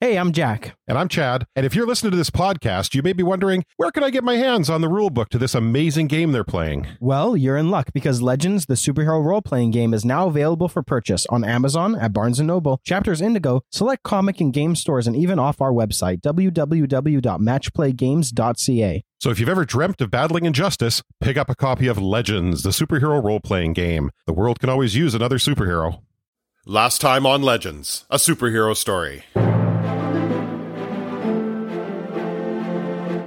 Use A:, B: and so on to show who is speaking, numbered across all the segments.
A: Hey, I'm Jack.
B: And I'm Chad. And if you're listening to this podcast, you may be wondering where can I get my hands on the rulebook to this amazing game they're playing?
A: Well, you're in luck because Legends, the superhero role-playing game, is now available for purchase on Amazon, at Barnes & Noble, Chapters Indigo, select comic and game stores, and even off our website, www.matchplaygames.ca.
B: So if you've ever dreamt of battling injustice, pick up a copy of Legends, the superhero role playing game. The world can always use another superhero. Last time on Legends, a superhero story.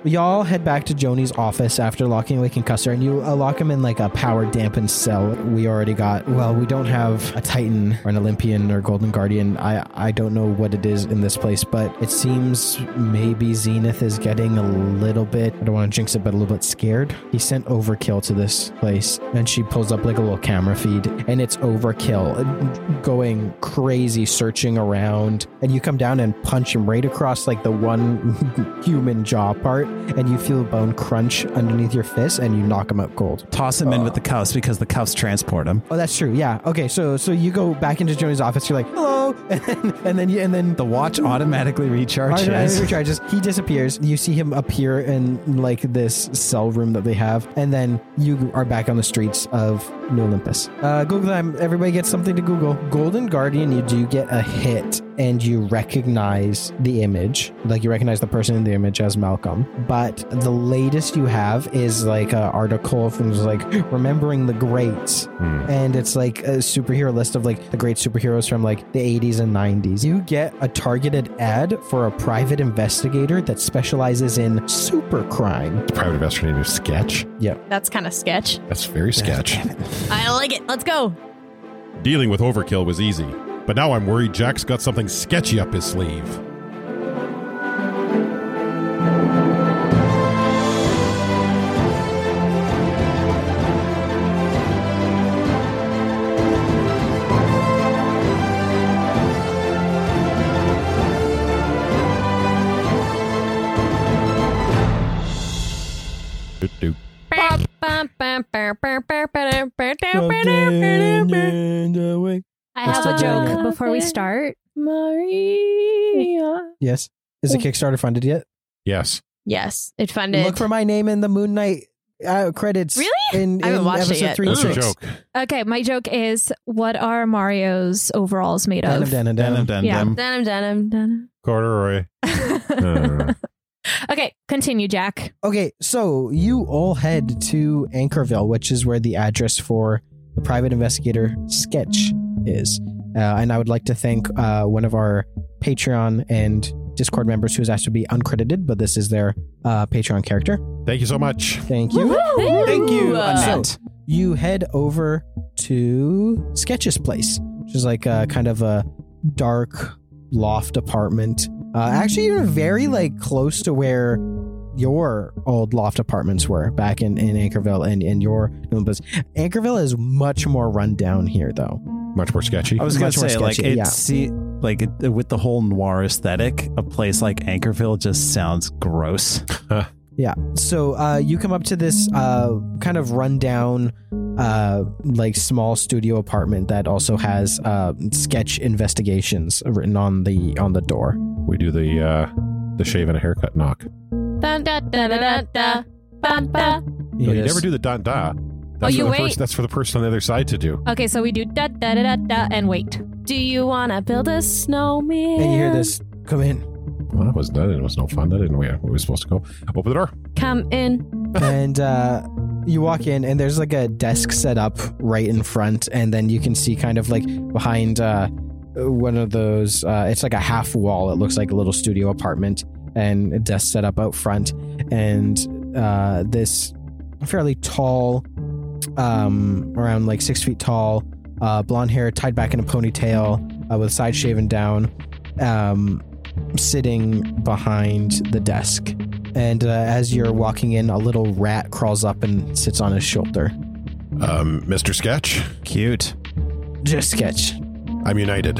A: Y'all head back to Joni's office after locking away Concussor, and you uh, lock him in like a power-dampened cell we already got. Well, we don't have a Titan or an Olympian or Golden Guardian. I, I don't know what it is in this place, but it seems maybe Zenith is getting a little bit, I don't want to jinx it, but a little bit scared. He sent Overkill to this place, and she pulls up like a little camera feed, and it's Overkill uh, going crazy, searching around, and you come down and punch him right across like the one human jaw part, and you feel a bone crunch underneath your fist, and you knock him out cold.
C: Toss him in with the cuffs because the cuffs transport him.
A: Oh, that's true. Yeah. Okay. So so you go back into Joni's office. You're like, hello, and then and then, you, and then
C: The watch automatically recharges.
A: Arthur charges. He disappears. You see him appear in like this cell room that they have, and then you are back on the streets of New Olympus. Uh, Google them. Everybody gets something to Google. Golden Guardian. You do get a hit, and you recognize the image. Like you recognize the person in the image as Malcolm. But the latest you have is like an article from like remembering the greats
B: Hmm,
A: and it's like a superhero list of like the great superheroes from like the 80s and 90s. You get a targeted ad for a private investigator that specializes in super crime.
B: Private investor named Sketch.
D: That's kind of sketch.
B: That's very sketch.
D: I like it. Let's go.
B: Dealing with overkill was easy, but now I'm worried Jack's got something sketchy up his sleeve. Doot-doot.
D: I have a joke before we start. Maria.
A: Yes. Is the Kickstarter funded yet?
B: Yes.
D: Yes, it Oh. funded.
A: Look for my name in the Moon Knight uh, credits.
D: Really?
A: In,
D: I haven't
A: in
D: watched it
A: episode
D: yet.
A: Three
B: That's
A: and
B: a
A: six.
B: joke.
D: okay, my joke is what are Mario's overalls made
A: Denim,
D: of?
A: denim, denim.
C: Denim, denim,
D: yeah,
C: denim.
D: denim, denim, denim.
B: Corduroy. Uh,
D: okay, continue, Jack.
A: Okay, so you all head to Anchorville, which is where the address for the private investigator sketch is. Uh, and I would like to thank uh, one of our Patreon and Discord members who is asked to be uncredited, but this is their uh, Patreon character.
B: Thank you so much.
A: Thank you.
C: Thank you,
D: Uh,
C: Annette.
A: You head over to Sketch's place, which is like a kind of a dark loft apartment. Uh, actually, you're very like close to where your old loft apartments were back in, in Anchorville and in your Olympus. Anchorville is much more run down here, though.
B: Much more sketchy.
C: I was gonna
A: Much more
C: say, like,
A: sketchy,
C: it
A: yeah.
C: see, like it, with the whole noir aesthetic, a place like Anchorville just sounds gross.
A: Yeah. So uh, you come up to this uh, kind of rundown, uh, like small studio apartment that also has uh, sketch investigations written on the on the door.
B: We do the uh, the shave and a haircut knock.
D: Dun, dun, dun, dun, dun, dun, dun, dun.
B: No, you
A: Yes.
B: never do the dun da. That's
D: Oh,
B: for
D: you
B: the
D: wait.
B: First, that's for the person on the other side to do.
D: Okay, so we do da da da da da and wait. Do you wanna build a snowman?
A: And you hear this come in,
B: Well, that was that. It was no fun. That didn't we? We were supposed to go. Open the door.
D: Come in.
A: and uh, you walk in, and there's like a desk set up right in front, and then you can see kind of like behind uh, one of those. Uh, it's like a half wall. It looks like a little studio apartment, and a desk set up out front, and uh, this fairly tall, um, around like six feet tall, uh, blonde hair tied back in a ponytail, uh, with side shaven down. Um, sitting behind the desk. And uh, as you're walking in, a little rat crawls up and sits on his shoulder.
B: Um, Mr. Sketch,
C: Cute.
A: Just sketch.
B: I'm united.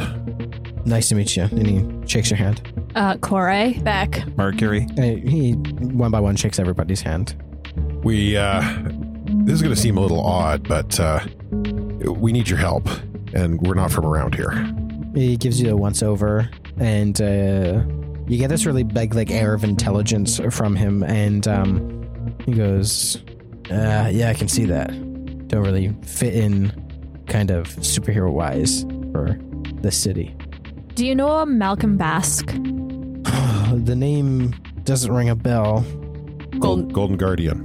A: Nice to meet you. And he shakes your hand.
D: Uh Corey. Back.
C: Mercury.
A: And he one by one shakes everybody's hand.
B: We uh, this is going to seem a little odd, but uh, we need your help, and we're not from around here.
A: He gives you a once over and uh, You get this really big like air of intelligence from him, and um, he goes, uh, "Yeah, I can see that. Don't really fit in, kind of superhero wise for the city.
D: Do you know Malcolm Basque?
A: the name doesn't ring a bell.
B: Golden, Golden Guardian.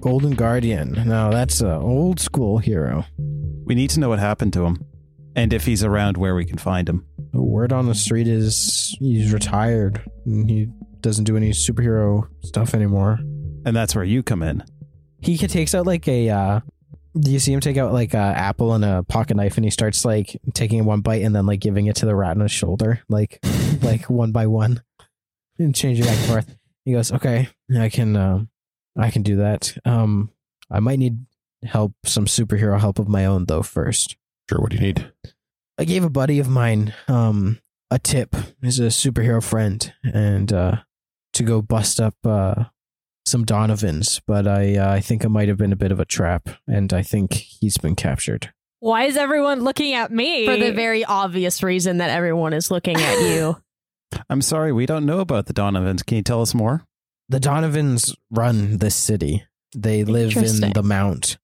A: Golden Guardian. No, that's an old school hero.
C: We need to know what happened to him and if he's around where we can find him.
A: The word on the street is he's retired. And he doesn't do any superhero stuff anymore.
C: And that's where you come in.
A: He ca- takes out like a. Uh, do you see him take out like a apple and a pocket knife, and he starts like taking one bite and then like giving it to the rat on his shoulder, like like one by one, and changing back and forth. He goes, "Okay, I can, um I can do that. Um, I might need help, some superhero help of my own though first.
B: Sure, what do you need?
A: I gave a buddy of mine um, a tip. He's a superhero friend, and uh, to go bust up uh, some Donovans. But I, uh, I think it might have been a bit of a trap, and I think he's been captured.
E: Why is everyone looking at me?
F: for the very obvious reason that everyone is looking at you.
C: I'm sorry, we don't know about the Donovans. Can you tell us more?
A: The Donovans run this city. They live in
F: Interesting.
A: the Mount.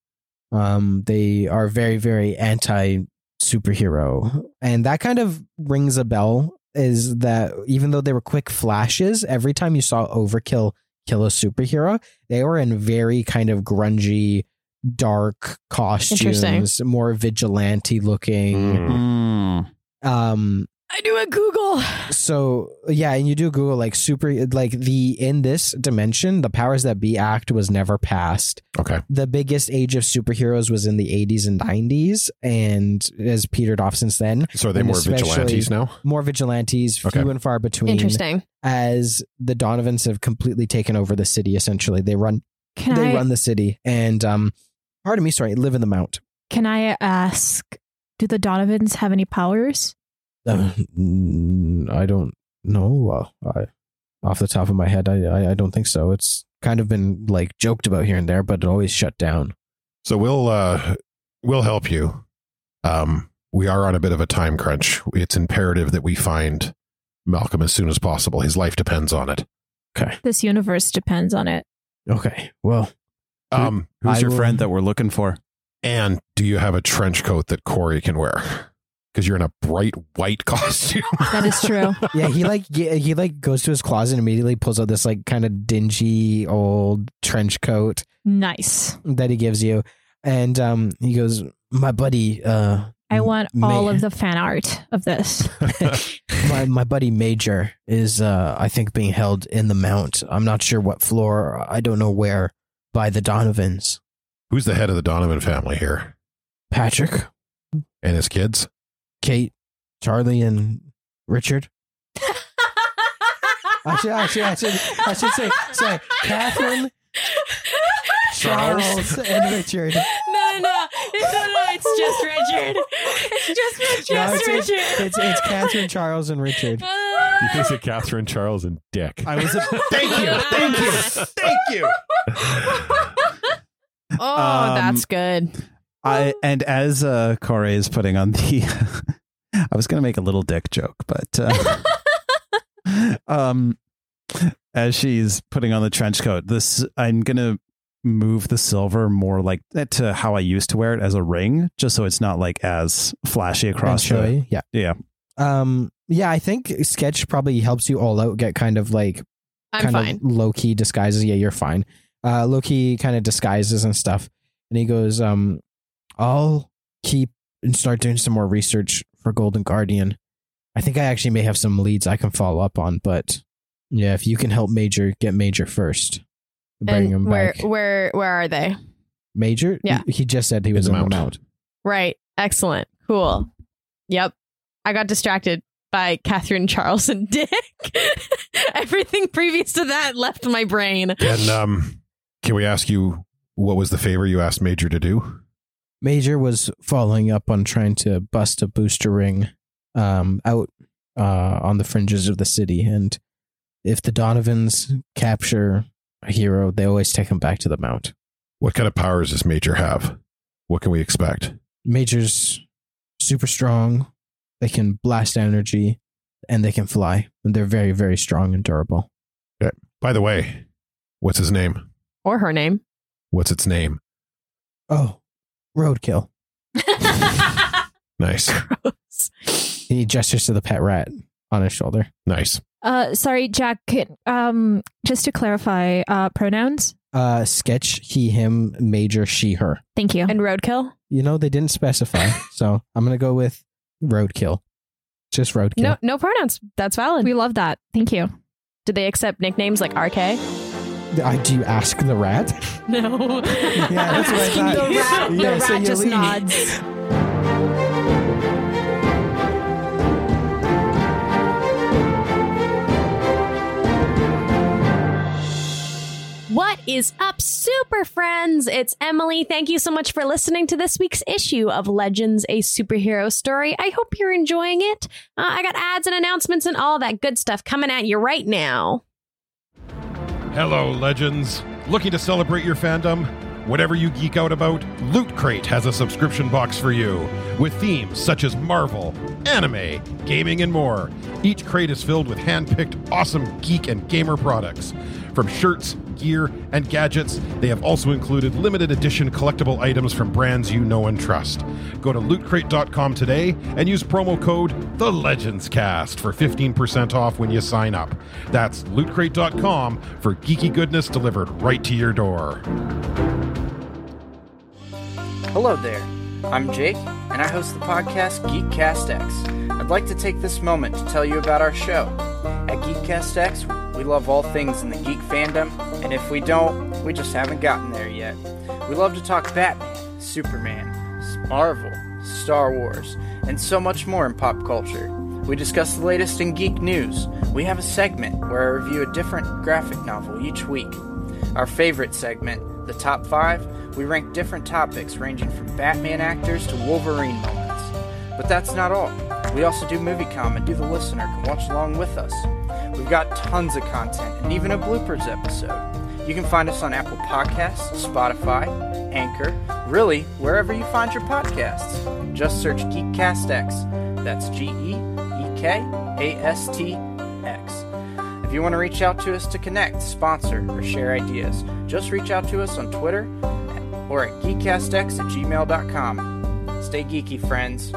A: Um, they are very, very anti superhero, and that kind of rings a bell. Is that even though they were quick flashes, every time you saw Overkill kill a superhero, they were in very kind of grungy, dark costumes, more vigilante looking.
B: Mm.
A: Um,
F: I do a Google.
A: so yeah, and you do Google like super like the in this dimension, the powers that be act was never passed.
B: Okay.
A: The biggest age of superheroes was in the 80s and 90s and has petered off since then.
B: So are they
A: And
B: more
A: especially-
B: vigilantes now?
A: More vigilantes,
B: Okay.
A: few and far between.
F: Interesting.
A: As the Donovans have completely taken over the city essentially. They run
D: Can
A: they
D: I
A: run the city and um pardon me, sorry, live in the mount.
D: can I ask do the Donovans have any powers?
A: Uh, mm, I don't know. Uh, I, off the top of my head, I, I I don't think so. It's kind of been like joked about here and there, but it always shut down.
B: So we'll uh we'll help you. Um we are on a bit of a time crunch. It's imperative that we find Malcolm as soon as possible. His life depends on it.
D: This universe depends on it.
A: Okay. Well,
B: Um
C: Who's
A: I
C: your
A: will-
C: friend that we're looking for?
B: and do you have a trench coat that Corey can wear? Because you're in a bright white costume.
D: That is true.
A: yeah, he like ge- he like goes to his closet and immediately pulls out this like kind of dingy old trench coat
D: nice.
A: that he gives you, and um he goes, "My buddy, uh,
D: I want
A: ma-
D: all of the fan art of this.
A: my my buddy Major is uh I think being held in the mount. I'm not sure what floor. I don't know where by the Donovans.
B: Who's the head of the Donovan family here?
A: Patrick,
B: And his kids?
A: Kate, Charlie, and Richard. I should, I should, I should, I should say, sorry, Catherine, Charles, and Richard.
F: No, no, no. It's, no, no, it's just Richard. It's just,
A: No,
F: just
A: it's, it's,
F: Richard. Ah.
A: it's, it's Catherine, Charles, and Richard.
B: You can say Catherine, Charles, and Dick.
C: I was. A-
B: Thank you. Thank you. Thank you.
F: oh,
C: Um,
F: that's good.
C: I and as uh, Corey is putting on the, I was going to make a little dick joke, but uh, um, as she's putting on the trench coat, this I'm going to move the silver more like eh, to how I used to wear it as a ring, just so it's not like as flashy across the
A: Eventually, yeah,
C: yeah.
A: Um, yeah, I think Sketch probably helps you all out get kind of like
F: I'm
A: kind
F: fine.
A: of low key disguises. Yeah, you're fine. Uh, low key kind of disguises and stuff. And he goes, um, I'll keep and start doing some more research for Golden Guardian. I think I actually may have some leads I can follow up on, but yeah, if you can help Major get Major first, bring
F: And
A: him
F: where,
A: back.
F: where, where are they?
A: Major?
F: Yeah.
A: He just said he was
B: the
A: in the
B: mount.
A: mount.
F: Right. Excellent. Cool. Yep. I got distracted by Catherine Charles and Dick. Everything previous to that left my brain.
B: And um, can we ask you what was the favor you asked Major to do?
A: Major was following up on trying to bust a booster ring um, out uh, on the fringes of the city. And if the Donovans capture a hero, they always take him back to the Mount.
B: What kind of powers does Major have? What can we expect?
A: Major's super strong. They can blast energy. and they can fly. And they're very, very strong and durable.
B: By the way, what's his name?
F: or her name.
B: What's its name?
A: Oh, roadkill.
B: Nice.
A: He gestures to the pet rat on his shoulder.
B: Nice.
E: Uh, sorry, Jack. Can, um, just to clarify, uh, pronouns.
A: Uh, sketch he, him, major, she, her.
E: Thank you.
F: and roadkill.
A: You know, they didn't specify. so I'm going to go with roadkill. Just roadkill.
F: No, no pronouns. That's valid.
E: we love that. Thank you.
F: Do they accept nicknames like RK?
A: I, do you ask the rat?
F: No. yeah,
A: that's what I thought.
F: The rat,
A: Yeah,
F: the
A: so
F: rat
A: you
F: just
A: leave.
F: nods. What is up, super friends? It's Emily. Thank you so much for listening to this week's issue of Legends, a superhero story. I hope you're enjoying it. Uh, I got ads and announcements and all that good stuff coming at you right now.
B: Hello, legends. Looking to celebrate your fandom? Whatever you geek out about, Loot Crate has a subscription box for you with themes such as Marvel, anime, gaming, and more. Each crate is filled with hand picked, awesome geek and gamer products. From shirts, gear, and gadgets, they have also included limited edition collectible items from brands you know and trust. Go to lootcrate.com today and use promo code The Legends Cast for 15% off when you sign up. That's lootcrate.com for geeky goodness delivered right to your door.
G: Hello there. I'm Jake, and I host the podcast Geekcast X. I'd like to take this moment to tell you about our show. At Geekcast X, we love all things in the geek fandom, and if we don't, we just haven't gotten there yet. We love to talk Batman, Superman, Marvel, Star Wars, and so much more in pop culture. We discuss the latest in geek news. We have a segment where I review a different graphic novel each week. Our favorite segment, the top five, we rank different topics ranging from Batman actors to Wolverine moments. But that's not all. We also do movie comment, you the listener can watch along with us. We've got tons of content and even a bloopers episode. You can find us on Apple Podcasts, Spotify, Anchor, really wherever you find your podcasts. Just search Geekcast X. That's G E E K A S T X. If you want to reach out to us to connect, sponsor, or share ideas, just reach out to us on Twitter or at geekcastx at gmail.com. Stay geeky, friends.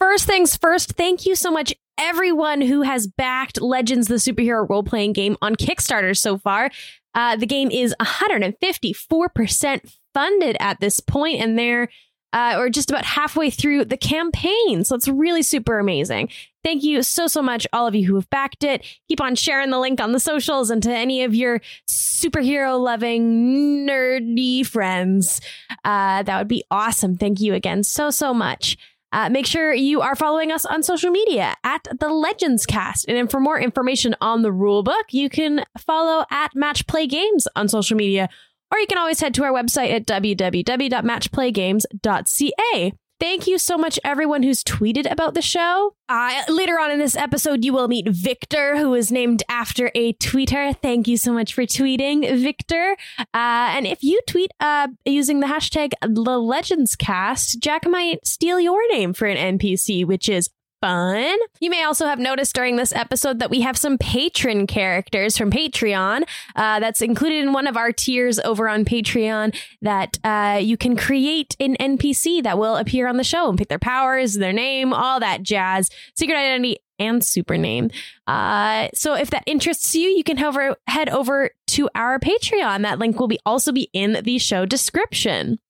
F: First things first, thank you so much everyone who has backed Legends the Superhero Role Playing Game on Kickstarter so far. Uh, the game is 154% funded at this point, and they're uh, or just about halfway through the campaign. So it's really super amazing. Thank you so, so much, all of you who have backed it. Keep on sharing the link on the socials and to any of your superhero loving, nerdy friends. Uh, that would be awesome. Thank you again so, so much. Uh, make sure you are following us on social media at the Legends Cast. And then for more information on the rulebook, you can follow at Match Play Games on social media, or you can always head to our website at www.matchplaygames.ca. Thank you so much, everyone who's tweeted about the show. Uh, later on in this episode, you will meet Victor, who is named after a tweeter. Thank you so much for tweeting, Victor. Uh, and if you tweet uh, using the hashtag the Legends Cast, Jack might steal your name for an NPC, which is fun. You may also have noticed during this episode that we have some patron characters from Patreon. Uh, that's included in one of our tiers over on Patreon that uh, you can create an NPC that will appear on the show and pick their powers, their name, all that jazz, secret identity, and super name. Uh, so if that interests you, you can hover, head over to our Patreon. That link will be also be in the show description.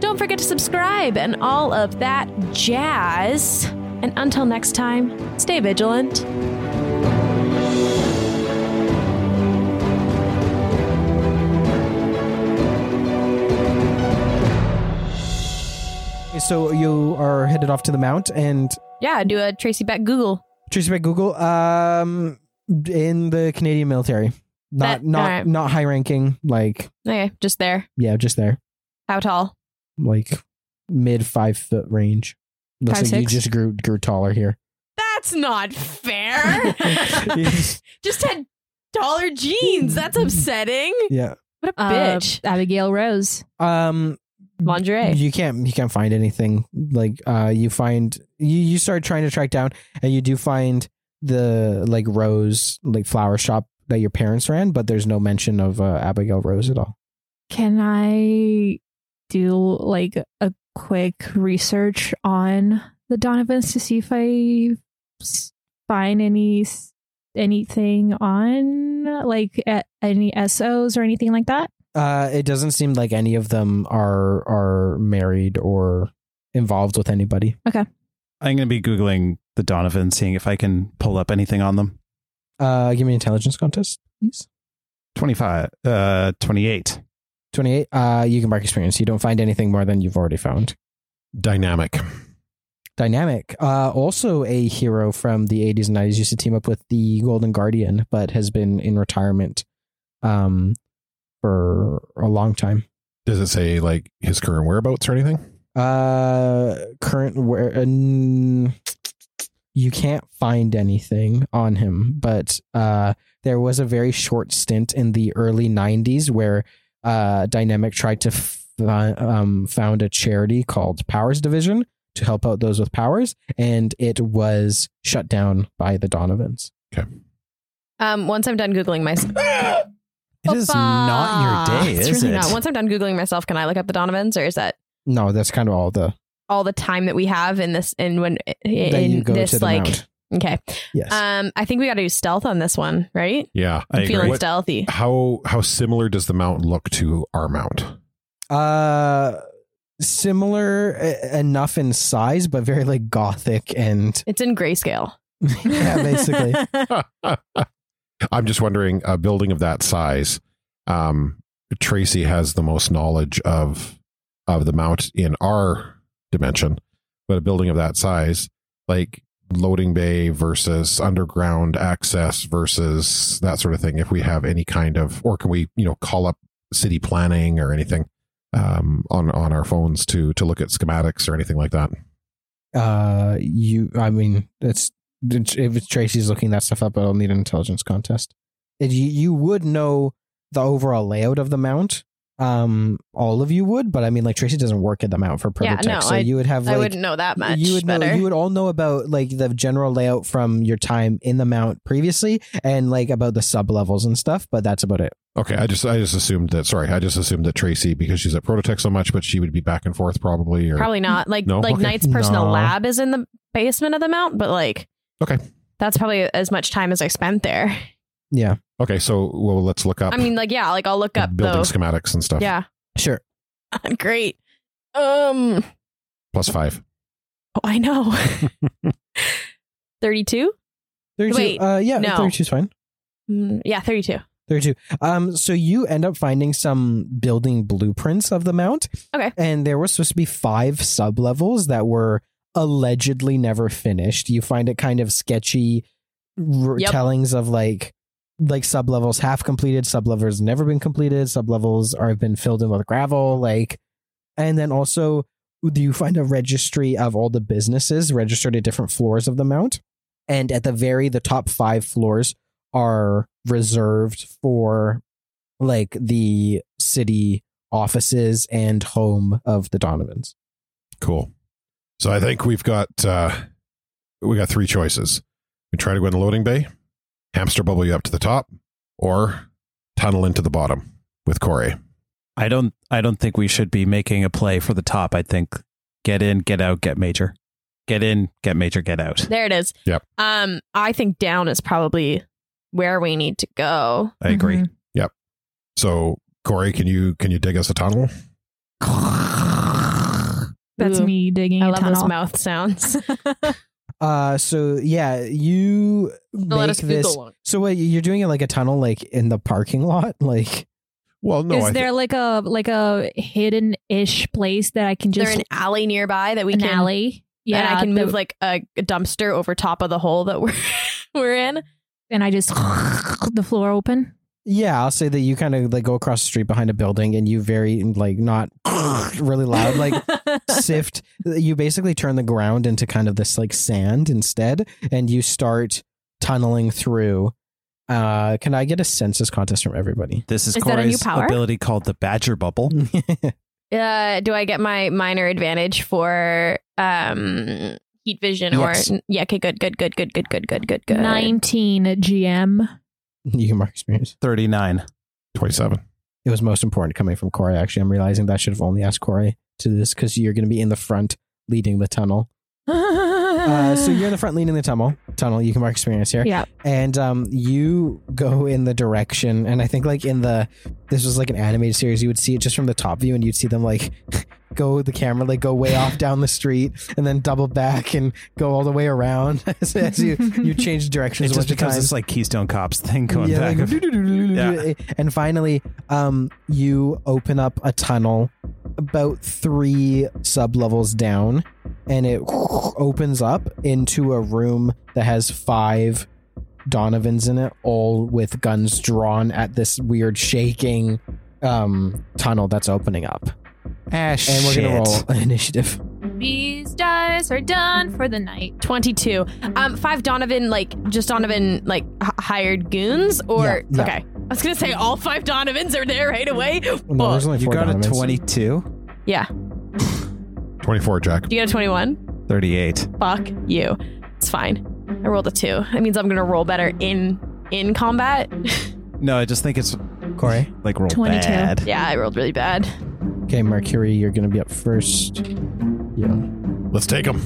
F: Don't forget to subscribe and all of that jazz. And until next time, stay vigilant.
A: So you are headed off to the mount, and
F: Yeah, do a Tracy back Google.
A: Tracy by Google, um, in the Canadian military, not
F: That-
A: not
F: alright.
A: not high ranking, like
F: Okay, just there.
A: yeah, just there,
F: How tall?
A: like mid five foot range. Looks
F: Five,
A: like you
F: six?
A: just grew grew taller here.
F: That's not fair.
A: yeah,
F: just had dollar
A: Mm.
F: jeans. That's upsetting. What a
E: Uh,
F: bitch.
E: Abigail Rose.
A: um,
D: lingerie.
A: you can't you can't find anything like uh you find you you start trying to track down and you do find the like rose like flower shop that your parents ran but there's no mention of uh, abigail rose at all
E: Can I do like a quick research on the Donovans to see if I s- find any s- anything on like a- any SOs or anything like that?
A: uh it doesn't seem like any of them are are married or involved with anybody
C: I'm going to be Googling the Donovan, seeing if I can pull up anything on them.
A: uh give me an intelligence contest please
C: 25, uh, 28.
A: 28 uh you can mark experience you don't find anything more than you've already found
B: Dynamic.
A: Dynamic. Uh, also, a hero from the 80s and 90s used to team up with the Golden Guardian, but has been in retirement um, for a long time.
B: Does it say like his current whereabouts or anything?
A: Uh, current where uh, n- you can't find anything on him, but uh, there was a very short stint in the early 90s where uh, Dynamic tried to f- um, found a charity called Powers Division to help out those with powers, and it was shut down by the Donovans.
D: Um, once I'm done googling myself,
C: It is not your day,
D: it's
C: is
D: really
C: it?
D: Not. Once I'm done googling myself, can I look up the Donovans, or is that
A: No, that's kind of all the
D: all the time that we have in this? In when
A: that you
D: in
A: go
D: this
A: to the
D: like
A: mount.
D: okay,
A: Yes.
D: um, I think we got to do stealth on this one, right?
B: Yeah.
C: I
D: I'm feeling
C: agree.
D: stealthy.
B: How how similar does the mount look to our mount?
A: Uh, similar uh, enough in size, but very like gothic and
D: It's in grayscale.
A: yeah, basically.
B: I'm just wondering, a building of that size, um, Tracy has the most knowledge of of the mount in our dimension, but a building of that size, like loading bay versus underground access versus that sort of thing, if we have any kind of, or can we, you know, call up city planning or anything um, on on our phones to to look at schematics or anything like that?
A: Uh, you, I mean, that's if it's Tracy's looking that stuff up, I'll need an intelligence contest. It, you, you would know the overall layout of the mount. Um, all of you would, but I mean, like Tracy doesn't work at the mount for
D: Yeah,
A: prototype,
D: no,
A: so
D: I-
A: you would have like
D: I wouldn't know that much.
A: you would
D: better.
A: know you would all know about like the general layout from your time in the mount previously, and like about the sub levels and stuff. But that's about it.
B: Okay, I just I just assumed that. Sorry, I just assumed that Tracy because she's at Prototech so much, but she would be back and forth probably. Or
D: Probably not. Like
B: Hmm. No?
D: like
B: Okay.
D: Knight's personal
A: No.
D: lab is in the basement of the mount, but like
B: Okay.
D: That's probably as much time as I spent there.
A: Yeah,
B: okay, so well, let's look up.
D: I mean, like yeah, like I'll look up
B: building
D: though.
B: schematics and stuff.
D: Yeah.
A: sure.
D: Great. Um
B: plus five.
D: oh, I know. 32?
A: 32,
D: Wait,
A: uh, yeah,
D: no.
A: 32 is fine.
D: Mm, yeah, 32.
A: 32. Um, so you end up finding some building blueprints of the mount.
D: Okay.
A: And there were supposed to be five sub levels that were allegedly never finished. You find it kind of sketchy r-
D: Yep.
A: tellings of like like sub levels half completed, sub levels never been completed, sub levels are have been filled in with gravel, like and then also do you find a registry of all the businesses registered at different floors of the mount? And at the very the top five floors are reserved for like the city offices and home of the Donovans.
B: Cool. So I think we've got uh we got three choices. We try to go in the loading bay, hamster bubble you up to the top, or tunnel into the bottom with Corey.
C: I don't I don't think we should be making a play for the top. I think get in, get out, get major. Get in, get major, get out.
D: There it is.
B: Yep.
D: Um I think down is probably where we need to go.
C: I agree.
E: Mhm.
B: So Corey, can you can you dig us a tunnel?
E: That's
D: Ooh.
E: me digging.
D: I
E: a
D: love
E: tunnel.
D: those mouth sounds.
A: Uh so yeah, you
D: Let
A: make
D: us
A: this
D: Google it.
A: so what you're doing it like a tunnel like in the parking lot? Like
B: Well, no,
E: Is
B: I thi-
E: there like a like a hidden ish place that I can
D: Is
E: just
D: there an alley nearby that we
E: an
D: can
E: alley? Yeah,
D: and I can
E: that-
D: move like a a dumpster over top of the hole that we're we're in.
E: and I just the floor open.
A: yeah, I'll say that you kind of like go across the street behind a building and you very like not really loud like sift you basically turn the ground into kind of this like sand instead and you start tunneling through uh can i get a census contest from everybody
C: This is,
D: Is that a new
C: Corey's
D: power?
C: ability called the Badger Bubble.
F: Uh, do I get my minor advantage for um heat vision
A: Yes.
F: or yeah? Okay, good, good, good, good, good, good, good, good, good.
E: 19 GM.
A: You can mark experience.
C: 39.
B: 27.
A: It was most important coming from Corey, actually. I'm realizing that I should have only asked Corey to this because you're going to be in the front leading the tunnel. Uh, so you're in the front leading the tunnel. Tunnel, you can mark experience here.
E: Yeah.
A: and um, you go in the direction and i think like in the this was like an animated series you would see it just from the top view and you'd see them like go the camera like go way off down the street and then double back and go all the way around as, as you you change directions
C: It's
A: a
C: just
A: bunch of
C: because
A: times.
C: it's like Keystone Cops thing going
A: Yeah,
C: back.
A: like,
C: Yeah.
A: and finally um you open up a tunnel about three sub levels down and it opens up into a room that has five donovans in it all with guns drawn at this weird shaking um tunnel that's opening up
C: Ah,
A: and we're gonna roll an initiative
E: These dice are done for the night.
F: 22. Um, five Donovan, like, just Donovan, like, h- hired goons? Or,
A: Yeah, yeah.
F: okay. I was going to say all five Donovans are there right away.
A: no, there's only
C: You
A: four
C: got a
A: donovans.
C: 22?
F: Yeah.
B: 24, Jack.
F: Do you get a 21?
C: 38.
F: Fuck you. It's fine. I rolled a two. That means I'm going to roll better in in combat.
C: No, I just think it's
A: corey
C: like roll
E: 22.
C: bad.
F: yeah, I rolled really bad.
A: okay mercury you're gonna be up first yeah
B: Let's take them.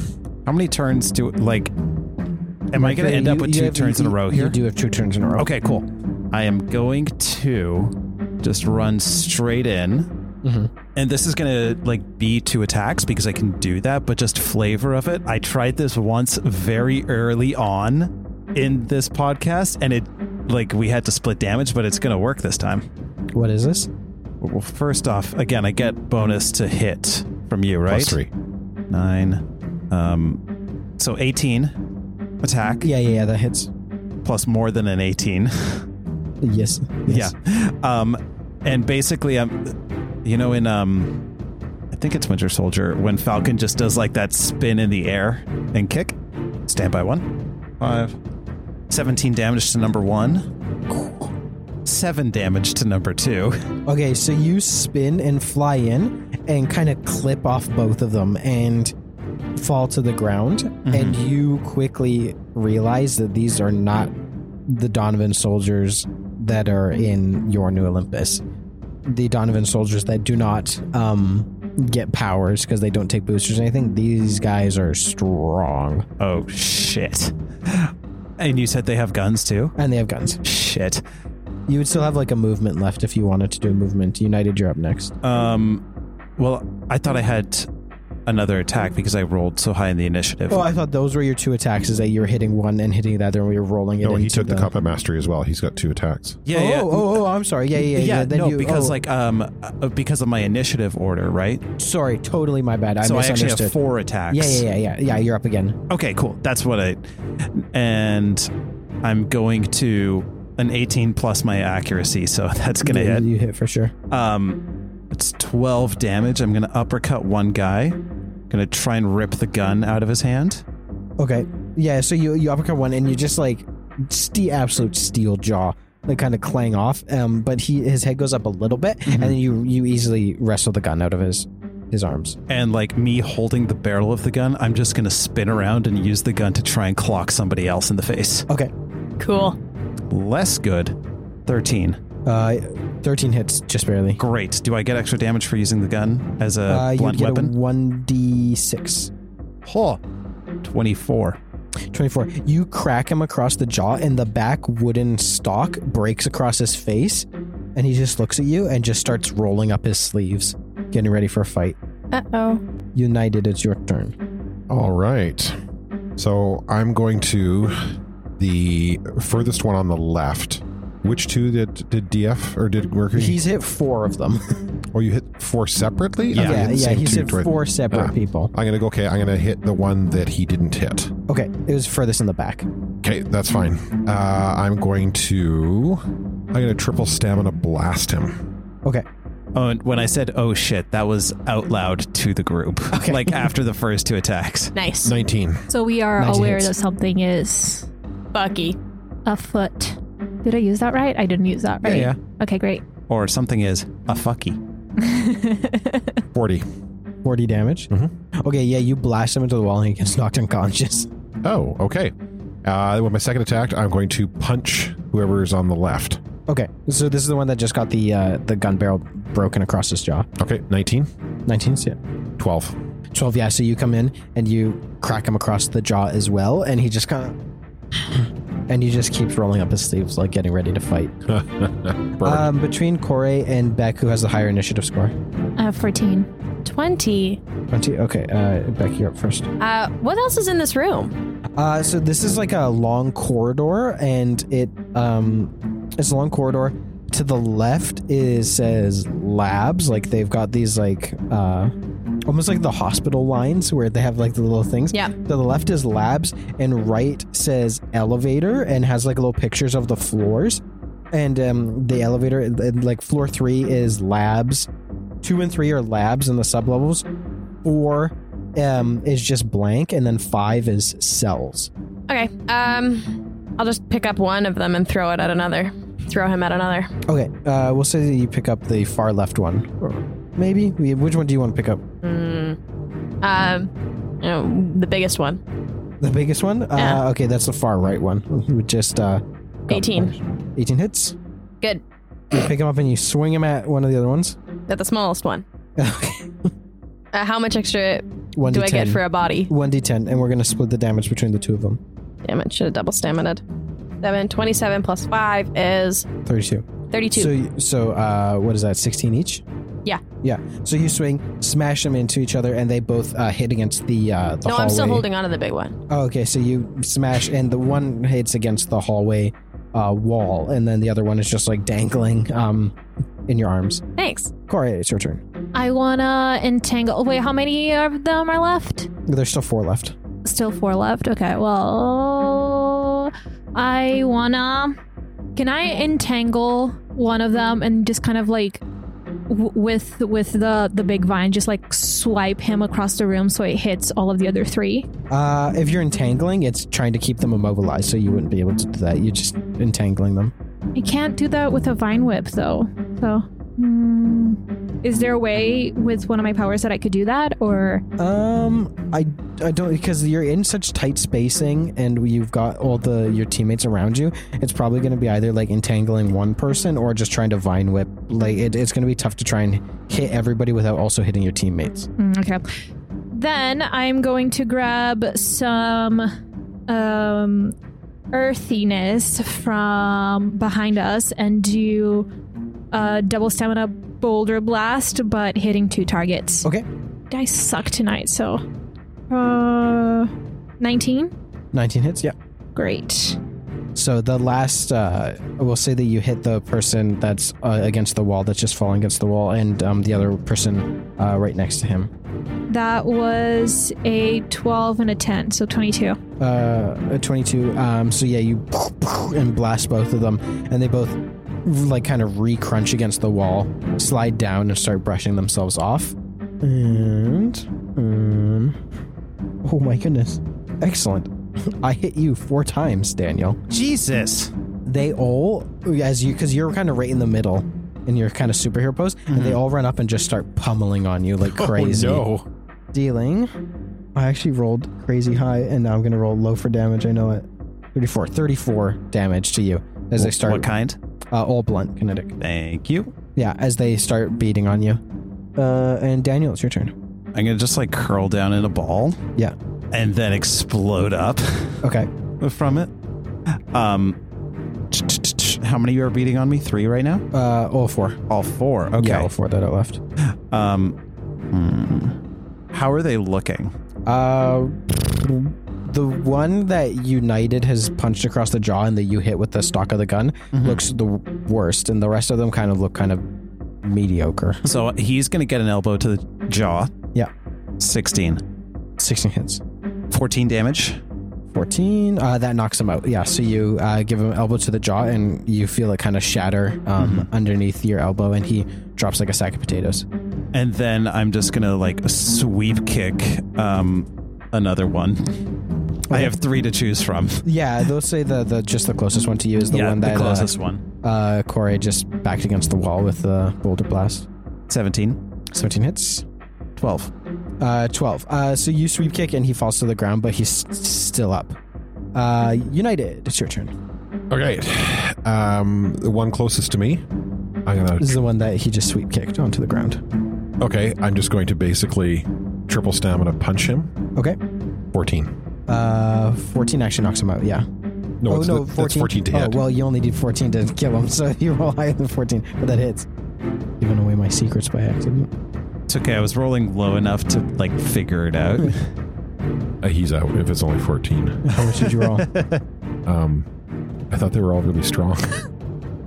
C: How many turns do like? Am I going to
A: Mercury,
C: end up
A: you-
C: with
A: you
C: two
A: have-
C: turns in a
A: you-
C: row
A: you
C: here?
A: do have two turns in a row
C: Okay, cool. I am going to just run straight in,
B: Mm-hmm.
A: Mhm.
C: and this is going to like be two attacks because I can do that. But just flavor of it, I tried this once very early on in this podcast, and it like we had to split damage, but it's going to work this time.
A: what is this
C: Well, first off, again, I get bonus to hit from you, right?
B: Plus three.
C: nine, um, so eighteen attack
A: Yeah, yeah, yeah. That hits.
C: plus more than an eighteen.
A: Yes. yes.
C: Yeah, um, and basically, um, you know, in um, I think it's Winter Soldier when Falcon just does like that spin in the air and kick. Stand by one, five, seventeen damage to number one, seven damage to number two.
A: Okay, so you spin and fly in and kind of clip off both of them and fall to the ground.
C: Mm-hmm.
A: And you quickly realize that these are not the Donovan soldiers that are in your new Olympus. The Donovan soldiers that do not um, get powers because they don't take boosters or anything, these guys are strong
C: Oh shit! And you said they have guns too.
A: and they have guns.
C: Shit.
A: You would still have like a movement left if you wanted to do a movement. United, you're up next.
C: Um, well, I thought I had another attack because I rolled so high in the initiative.
A: Oh, I thought those were your two attacks. Is that you were hitting one and hitting the other, and we were rolling it.
B: No, he
A: into
B: took the combat mastery as well. He's got two attacks.
C: yeah,
A: oh,
C: yeah.
A: oh, oh, I'm sorry. Yeah, yeah, yeah. yeah. Then
C: no,
A: you,
C: because
A: oh,
C: like um, uh, because of my initiative order, right?
A: sorry, totally my bad. I
C: so I actually
A: misunderstood.
C: have four attacks.
A: yeah, yeah, yeah, yeah, yeah. You're up again.
C: Okay, cool. That's what I, and I'm going to an 18 plus my accuracy, so that's gonna
A: you,
C: hit.
A: You hit for sure.
C: Um, it's 12 damage. I'm gonna uppercut one guy. Gonna try and rip the gun out of his hand.
A: Okay. Yeah. So you you uppercut one, and you just like ste- absolute steel jaw, like kind of clang off. Um, but he his head goes up a little bit, and then you you easily wrestle the gun out of his his arms.
C: and like me holding the barrel of the gun, I'm just gonna spin around and use the gun to try and clock somebody else in the face.
A: Okay.
F: Cool.
C: Less good. 13.
A: Uh, thirteen hits just barely.
C: Great. Do I get extra damage for using the gun as a
A: Uh, you
C: blunt
A: get
C: weapon?
A: a one d six.
C: Huh. 24.
A: 24. You crack him across the jaw, and the back wooden stalk breaks across his face. And he just looks at you and just starts rolling up his sleeves, getting ready for a fight.
E: Uh oh.
A: United, it's your turn.
B: All right. So I'm going to the furthest one on the left. Which two did did DF or did Mercury?
A: He's hit four of them.
B: oh, you hit four separately.
C: Yeah.
B: I
A: yeah,
B: didn't see
A: he's
B: two
A: hit
B: toward-
A: four separate
B: Ah.
A: people.
B: I'm gonna go. Okay, I'm gonna hit the one that he didn't hit.
A: Okay, it was furthest in the back.
B: Okay, that's fine. Uh, I'm going to. I'm gonna triple stamina blast him.
A: Okay,
C: Oh, and when I said, oh shit, that was out loud to the group. like after the first two attacks.
F: Nice.
B: Nineteen.
E: So we are
A: 90
E: aware
A: hits.
E: that something is
F: Bucky.
E: afoot. Did I use that right? I didn't use that right.
C: yeah.
E: Okay, great.
C: Or something is a fucky.
B: 40.
A: 40 damage. Okay, yeah, you blast him into the wall and he gets knocked unconscious.
B: Oh, okay. Uh, with my second attack, I'm going to punch whoever is on the left.
A: Okay, so this is the one that just got the uh, the gun barrel broken across his jaw.
B: Okay, 19,
A: 19, yeah.
B: 12.
A: 12, yeah, so you come in and you crack him across the jaw as well, and he just kind of. And he just keeps rolling up his sleeves, like getting ready to fight.
B: Burn.
A: Um, between Corey and Beck, who has the higher initiative score?
E: I have 14.
D: 20.
A: 20? Okay, uh, Beck, you're up first.
D: Uh, what else is in this room?
A: Uh, so this is like a long corridor, and it um, it's a long corridor. To the left is says labs, like they've got these like uh, almost like the hospital lines where they have like the little things.
D: Yeah.
A: To the left is labs, and right says elevator, and has like little pictures of the floors. And um, the elevator, and, like floor three is labs. Two and three are labs in the sublevels. Four um, is just blank, and then five is cells.
D: Okay. Um, I'll just pick up one of them and throw it at another. Throw him at another.
A: Okay, uh, we'll say that you pick up the far left one. Or maybe? We- Which one do you want to pick up?
D: Um, you know, the biggest one.
A: The biggest one?
D: Yeah.
A: Uh, okay, that's the far right one. We just. Uh, got
D: 18.
A: punched. 18 hits.
D: Good.
A: You pick him up and you swing him at one of the other ones.
D: At the smallest one.
A: Okay.
D: Uh, how much extra
A: One
D: do
A: D10.
D: I get for a body?
A: 1d10, and we're going to split the damage between the two of them.
D: Damn it, should have double staminaed. 7, 27 plus 5 is
A: 32.
D: 32.
A: So, you- so uh, what is that? 16 each?
D: Yeah.
A: Yeah. So you swing, smash them into each other, and they both uh, hit against the, uh, the
D: no, I'm still
A: hallway.
D: holding on to the big one.
A: Oh, okay, so you smash, and the one hits against the hallway uh, wall, and then the other one is just like dangling um, in your arms.
D: Thanks.
A: Corey, it's your turn.
E: I wanna entangle. Wait, how many of them are left?
A: There's still four left.
E: Still four left. Okay, well, I wanna. Can I entangle one of them and just kind of like w- with with the the big vine, just like swipe him across the room so it hits all of the other three?
A: Uh, if you're entangling, it's trying to keep them immobilized, so you wouldn't be able to do that. You're just entangling them.
E: I can't do that with a vine whip though. So, hmm, is there a way with one of my powers that I could do that, or
A: Um, I, I don't because you're in such tight spacing, and you've got all the your teammates around you. It's probably going to be either like entangling one person or just trying to vine whip. Like it, it's going to be tough to try and hit everybody without also hitting your teammates.
E: Mm, okay. Then I'm going to grab some um, earthiness from behind us and do a double stamina boulder blast, but hitting two targets.
A: Okay.
E: Dice suck tonight, so. Uh, 19?
A: 19 hits. Yeah.
E: Great.
A: So the last, uh, we'll say that you hit the person that's uh, against the wall, that's just falling against the wall, and um, the other person uh, right next to him.
E: That was a 12 and a 10, so 22.
A: Uh, a 22. Um, so yeah, you and blast both of them, and they both like kind of re-crunch against the wall, slide down, and start brushing themselves off. And um, oh my goodness, excellent! I hit you four times, Daniel.
C: Jesus.
A: they
C: Mm-hmm.
A: all as you because you're kind of right in the middle in your kind of superhero pose and
C: Mm-hmm.
A: they all run up and just start pummeling on you like crazy
B: Oh,
A: dealing i actually rolled crazy high and now i'm gonna roll low for damage i know it 34 34 damage to you as they
C: What
A: start
C: kind?
A: uh, all blunt kinetic
C: Thank you.
A: yeah as they start beating on you uh and daniel it's your turn
C: I'm going to just like curl down in a ball
A: yeah
C: and then explode up
A: okay
C: from it. Um how many are beating on me? 3 right now?
A: uh all four
C: All 4. Okay.
A: yeah all four that are left
C: Um, hmm. How are they looking?
A: Uh, the one that United has punched across the jaw and that you hit with the stock of the gun looks the worst, and the rest of them kind of look kind of mediocre.
C: So he's going to get an elbow to the jaw.
A: Yeah,
C: 16.
A: 16 hits.
C: 14 damage.
A: 14. Uh, that knocks him out. Yeah, so you uh, give him elbow to the jaw, and you feel it kind of shatter um, underneath your elbow, and he drops like a sack of potatoes.
C: And then I'm just going to like sweep kick um, another one. I have three to choose from.
A: Yeah, they'll say the, the just the closest one to you is the one that
C: the closest
A: uh,
C: one.
A: uh, Corey just backed against the wall with the boulder blast.
C: 17.
A: 17 hits.
C: 12.
A: Uh, 12. Uh, so you sweep kick and he falls to the ground, but he's s- still up. Uh, United, it's your turn.
B: All right. Um, the one closest to me. I'm gonna.
A: This is the one that he just sweep kicked onto the ground.
B: Okay, I'm just going to basically triple stamina punch him.
A: Okay.
B: 14.
A: Uh, 14 actually knocks him out, yeah.
B: No,
A: oh,
B: it's
A: no,
B: the-
A: 14.
B: that's 14 to hit.
A: Oh, well, you only need 14 to kill him, so you roll higher than 14, but that hits. Giving away my secrets by accident.
C: It's okay. I was rolling low enough to like figure it out.
B: Uh, he's out if it's only 14.
A: How much did you roll?
B: Um, I thought they were all really strong.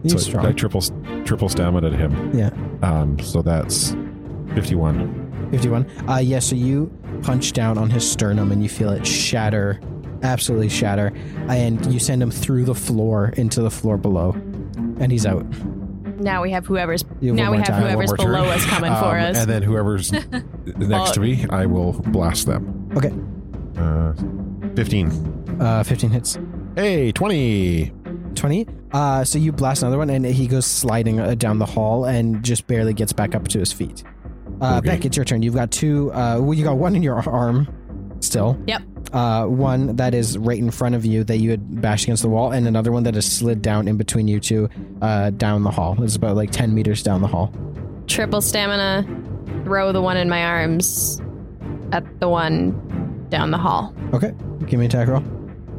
A: He's
B: so
A: strong.
B: I triple triple stamina to him.
A: yeah.
B: Um, so that's 51.
A: 51. Uh, yeah, so you punch down on his sternum and you feel it shatter, absolutely shatter. And you send him through the floor into the floor below. And he's out.
D: Now we have whoever's
A: You have one
D: now we
A: more
D: have
A: time, one
D: whoever's
B: more turn.
D: below us coming for
B: Um,
D: us.
B: And then whoever's next to me, I will blast them.
A: Okay.
B: Uh, 15.
A: Uh, 15 hits.
B: Hey, 20.
A: 20. Uh, so you blast another one and he goes sliding uh, down the hall and just barely gets back up to his feet. Uh,
B: Okay.
A: Beck, it's your turn. You've got two. Uh, well, you got one in your arm still.
D: Yep.
A: Uh, one that is right in front of you that you had bashed against the wall, and another one that has slid down in between you two uh, down the hall. It's about like 10 meters down the hall.
D: Triple stamina. Throw the one in my arms at the one down the hall.
A: Okay. Give me an attack roll.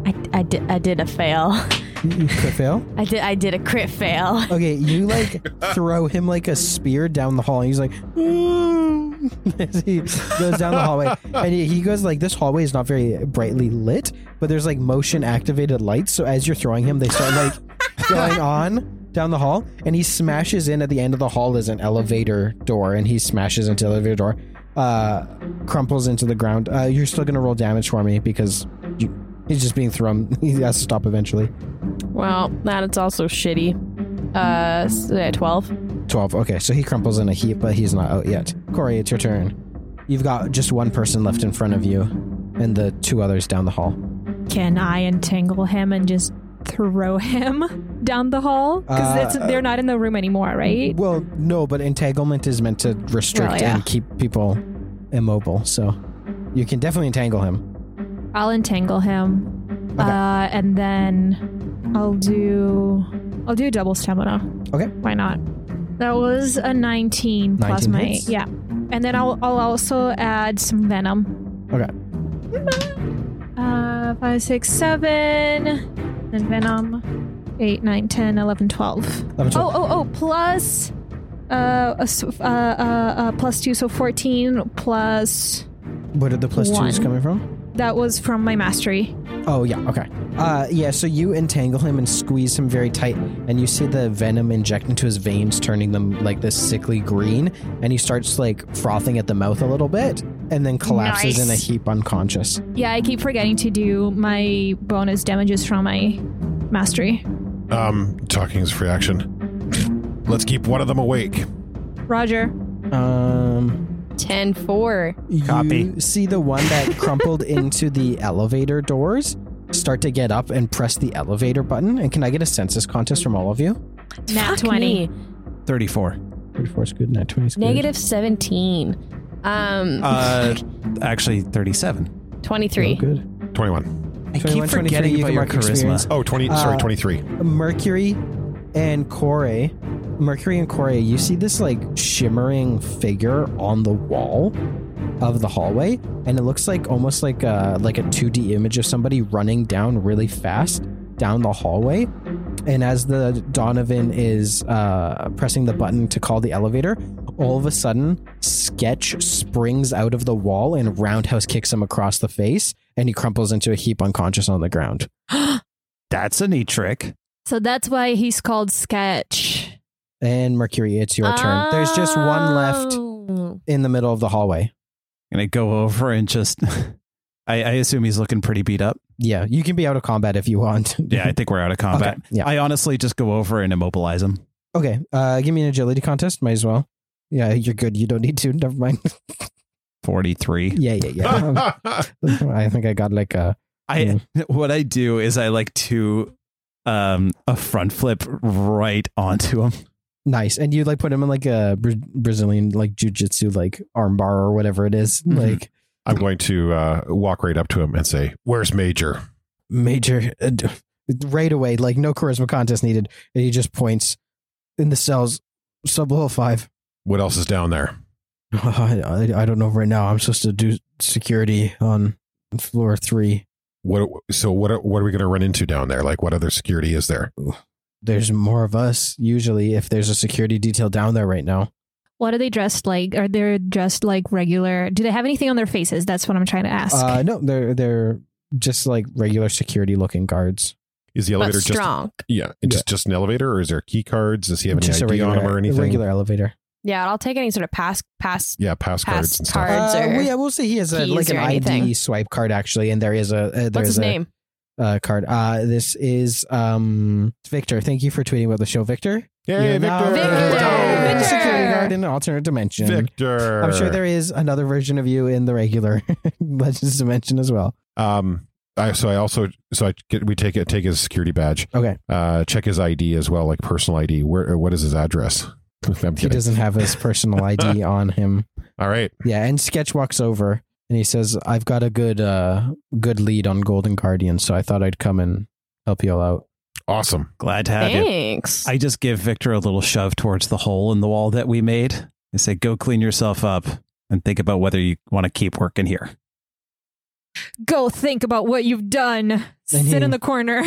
D: I, I, did, I did a fail.
A: You could fail.
D: I did I did a crit fail.
A: Okay, you like throw him like a spear down the hall, and he's like, "Ooh." As he goes down the hallway, and he he goes like, this hallway is not very brightly lit, but there's like motion activated lights. So as you're throwing him, they start like going on down the hall, and he smashes in at the end of the hall is an elevator door, and he smashes into the elevator door, uh, crumples into the ground. Uh, you're still gonna roll damage for me because you, he's just being thrown. He has to stop eventually.
D: Well, that it's also shitty. Uh, s- yeah, twelve.
A: 12. Okay, so he crumples in a heap, but he's not out yet. Corey, it's your turn. You've got just one person left in front of you and the two others down the hall.
E: Can I entangle him and just throw him down the hall?
A: Uh,
E: Because they're not in the room anymore, right?
A: Well, no, but entanglement is meant to restrict
D: Well, yeah.
A: and keep people immobile, so you can definitely entangle him.
E: I'll entangle him.
A: Okay.
E: Uh, and then I'll do I'll do double stamina.
A: Okay.
E: Why not? That was a 19, plus
A: 19
E: my
A: hits?
E: yeah. And then I'll I'll also add some venom.
A: Okay.
E: Uh, five, six, seven, and venom. Eight, nine, ten, eleven, twelve.
A: Level 12.
E: Oh, oh, oh! Plus, uh, a s- uh, uh, uh, plus two, so fourteen. Plus,
D: Oh,
A: Where did the plus twos
E: one.
A: coming from?
E: that was from my mastery.
A: Oh, yeah, okay. Uh, yeah, so you entangle him and squeeze him very tight, and you see the venom inject into his veins, turning them like this sickly green, and he starts like frothing at the mouth a little bit, and then collapses in a
E: Nice.
A: heap unconscious.
E: Yeah, I keep forgetting to do my bonus damages from my mastery.
B: Um, talking is a free action. Let's keep one of them awake.
E: Roger.
A: Um,
D: Ten four.
A: You
C: Copy.
A: see the one that crumpled into the elevator doors start to get up and press the elevator button. And can I get a census contest from all of you?
E: Nat
D: Fuck
E: 20.
D: me.
C: 34.
A: 34 is good, not 20 is good.
D: Negative seventeen. Um,
C: Uh, actually, 37.
D: twenty-three.
B: 21.
C: I
A: 21, 23, you can mark experience.
B: Oh, 20.
A: Uh,
B: sorry, 23.
A: Mercury and Corey. Mercury and Corey, you see this like shimmering figure on the wall of the hallway, and it looks like almost like a like a 2D image of somebody running down really fast down the hallway. And as the Donovan is uh, pressing the button to call the elevator, all of a sudden, Sketch springs out of the wall and Roundhouse kicks him across the face, and he crumples into a heap unconscious on the ground.
C: That's a neat trick.
E: So that's why he's called Sketch.
A: And Mercury, it's your turn. There's just one left
D: Oh.
A: in the middle of the hallway.
C: And I go over and just. I, I assume he's looking pretty beat up.
A: Yeah, you can be out of combat if you want.
C: Yeah, I think we're out of combat.
A: Okay, yeah.
C: I honestly just go over and immobilize him.
A: Okay. Uh, give me an agility contest. Might as well. Yeah, you're good. You don't need to. Never mind.
C: 43.
A: yeah, yeah, yeah. I think I got like a.
C: I what I do is I like to um a front flip right onto him.
A: Nice. And you like put him in like a Bra- Brazilian like jujitsu like armbar or whatever it is.
C: Mhm.
A: Like
B: I'm going to uh, walk right up to him and say, "Where's Major?"
A: major uh, d- right away, like no charisma contest needed. And he just points in the cells sub level five.
B: What else is down there?
A: I, I, I don't know right now. I'm supposed to do security on floor three.
B: What? So what? Are, what are we going to run into down there? Like, what other security is there?
A: There's more of us usually if there's a security detail down there right now.
E: What are they dressed like? Are they dressed like regular? Do they have anything on their faces? That's what I'm trying to ask.
A: Uh, no, they're they're just like regular security looking guards.
B: Is the elevator
D: but
B: just?
D: strong.
B: Yeah, just just an elevator, or is there key cards? Does he have any
A: just
B: ID on him or anything?
A: a regular elevator.
D: yeah, I'll take any sort of pass pass
B: Yeah, pass, cards
D: pass
B: and stuff.
D: card. cards or
A: Uh, well, yeah, we'll say he has a,
D: keys
A: like an
D: or
A: ID
D: anything.
A: swipe card actually, and there is a uh, there
D: What's
A: is
D: his
A: a
D: name?
A: Uh, card. Uh, this is um Victor. Thank you for tweeting about the show, Victor.
B: Yay,
A: You're now
B: Victor!
A: a
D: Victor!
A: Security guard in an alternate dimension.
B: Victor.
A: I'm sure there is another version of you in the regular Legends dimension as well.
B: Um, I so I also so I get, we take it take his security badge.
A: Okay.
B: Uh, check his ID as well, like personal ID. Where uh, what is his address? I'm
A: He
B: kidding.
A: doesn't have his personal ID on him.
B: All right.
A: Yeah, and Sketch walks over and he says, "I've got a good uh good lead on Golden Guardian, so I thought I'd come and help you all out."
B: Awesome.
C: Glad to have you.
D: Thanks.
C: I just give Victor a little shove towards the hole in the wall that we made. I say, go clean yourself up and think about whether you want to keep working here.
E: Go think about what you've done. Sit
A: he-
E: in the corner.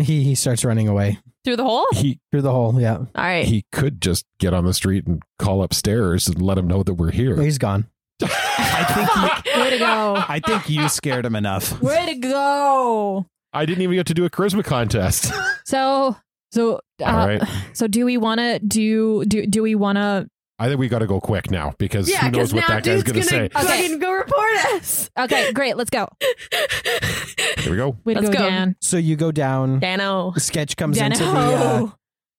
A: He he starts running away
D: Through the hole?
B: He
A: through the hole. Yeah,
D: All right.
B: he could just get on the street and call upstairs and let him know that we're here.
A: he's gone.
C: I think you,
E: Way to go.
C: I think you scared him enough.
E: Way to go.
B: I didn't even get to do a charisma contest.
E: So so uh,
B: All right.
E: so do we want to do do do we want to
B: I think we got to go quick now because
F: Yeah,
B: who knows what
F: because now
B: that guy's
F: dude's
B: going to say.
E: Okay.
F: fucking go report us.
E: Okay, great. Let's go.
B: Here we go.
E: Way
D: Let's go.
E: Dan.
A: So you go down.
D: Dano.
A: Sketch comes
E: Dan-
A: into the.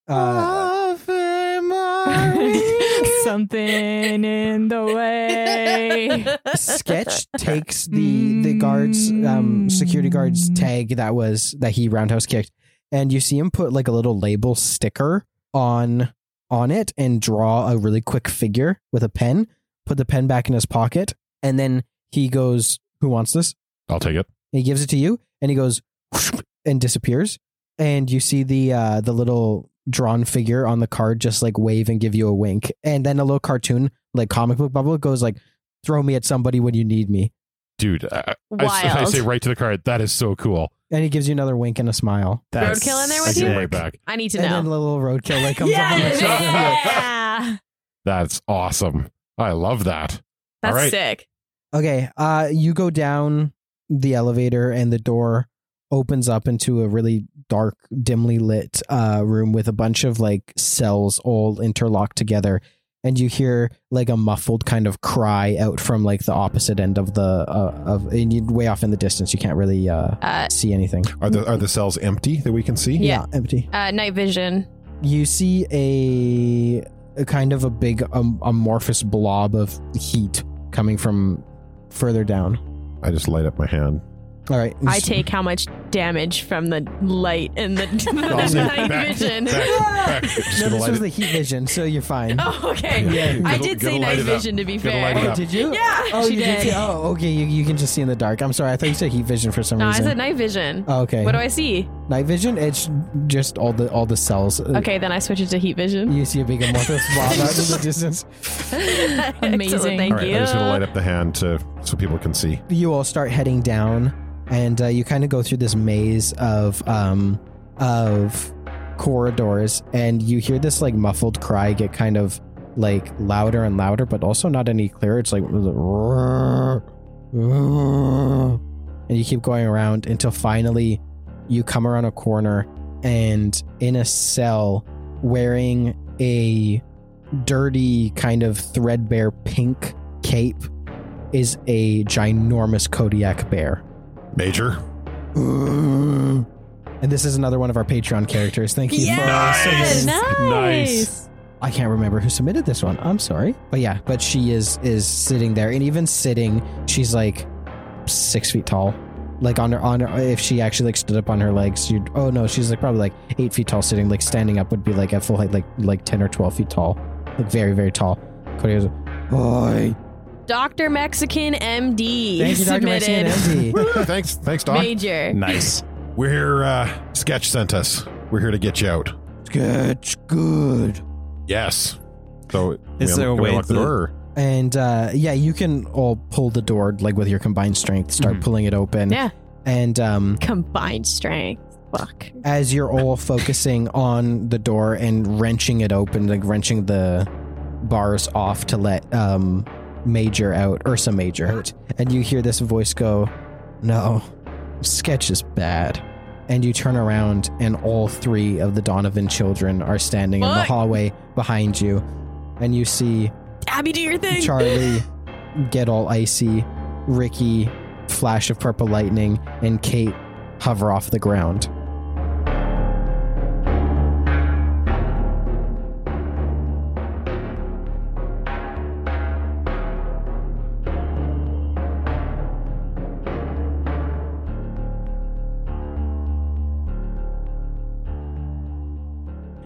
A: Uh, uh,
E: uh, Something in the way.
A: Sketch takes the the guards um, security guards tag that was that he roundhouse kicked, and you see him put like a little label sticker on on it and draw a really quick figure with a pen. Put the pen back in his pocket, and then he goes, "Who wants this?"
B: I'll take it.
A: And he gives it to you, and he goes whoosh, and disappears. And you see the uh, the little drawn figure on the card just like wave and give you a wink, and then a little cartoon like comic book bubble goes like, "Throw me at somebody when you need me,"
B: Dude, I, I,
D: Wild.
B: I say right to the card. That is so cool.
A: and he gives you another wink and a smile,
D: Roadkill in there
B: I
D: with
B: give
D: you?
B: it right back.
D: I need to
A: and then
D: know.
A: a little roadkill like comes
F: Yeah,
A: up on the shoulder.
D: Yeah.
B: That's awesome. I love that.
D: That's
B: All right.
D: sick.
A: Okay, uh, you go down the elevator, and the door opens up into a really dark, dimly lit uh, room with a bunch of like cells all interlocked together, and you hear like a muffled kind of cry out from like the opposite end of the uh, of and you, way off in the distance. You can't really uh,
D: Uh,
A: see anything.
B: Are the are the cells empty that we can see?
D: Yeah.
A: empty.
D: uh, night vision.
A: You see a, a kind of a big um, amorphous blob of heat coming from further down.
B: I just light up my hand.
A: All right,
D: I take how much damage from the light and the, the
B: Awesome.
D: night
B: Back,
D: vision.
B: back, back. Just
A: No,
B: gonna
A: this
B: light
A: was
B: it-
A: the heat vision, so you're fine.
D: Oh, okay.
A: Yeah.
D: I
B: Gotta-
D: did say
B: gotta light
D: night
B: it up.
D: vision to be
B: Gotta
D: fair.
B: light it
A: Oh,
B: up.
A: did you?
D: Yeah,
A: Oh,
D: she
A: you did.
D: did.
A: see- oh, okay. You, you can just see in the dark. I'm sorry. I thought you said heat vision for some
D: No, I
A: reason.
D: said night vision.
A: Oh, okay.
D: What do I see?
A: Night vision. It's just all the all the cells. Uh,
D: Okay, then I switch it to heat vision.
A: You see a big amorphous blob out in the distance.
D: Excellent,
E: Amazing.
D: Thank
B: All right,
D: you.
B: I'm just gonna light up the hand to so people can see.
A: You all start heading down, and uh, you kind of go through this maze of um of corridors, and you hear this like muffled cry get kind of like louder and louder, but also not any clearer. It's like and you keep going around until finally you come around a corner and in a cell wearing a dirty kind of threadbare pink cape is a ginormous Kodiak bear.
B: Major.
A: And this is another one of our Patreon characters. Thank you for
B: Nice.
A: submitting.
B: Nice.
A: I can't remember who submitted this one. I'm sorry. But yeah, but she is is sitting there, and even sitting, she's like six feet tall. like on her on her, if she actually like stood up on her legs. You'd oh no, she's like probably like eight feet tall sitting. Like standing up would be like at full height, like like ten or twelve feet tall, like very very tall. Cody goes, "Oi."
D: Dr. Mexican MD
A: Thank you, Dr.
D: submitted.
A: Mexican MD.
B: Woo, thanks, thanks, Doc.
D: Major.
C: Nice.
B: We're here. Uh, Sketch sent us. We're here to get you out.
A: Sketch good.
B: Yes. So
C: Is
B: we
C: there a
B: un- do we
C: way
B: unlock the
C: to-
B: door? or-
A: And uh, yeah, you can all pull the door like with your combined strength, start
C: Mhm.
A: pulling it open.
D: Mm-hmm. Yeah.
A: And um,
D: Combined strength. Fuck.
A: as you're all focusing on the door and wrenching it open, like wrenching the bars off to let um, Major out, Ursa Major out, and you hear this voice go, No, sketch is bad. And you turn around, and all three of the Donovan children are standing in the
D: What?
A: hallway behind you. And you see
D: Abby, do your thing.
A: Charlie, get all icy, Ricky, flash of purple lightning, and Kate hover off the ground.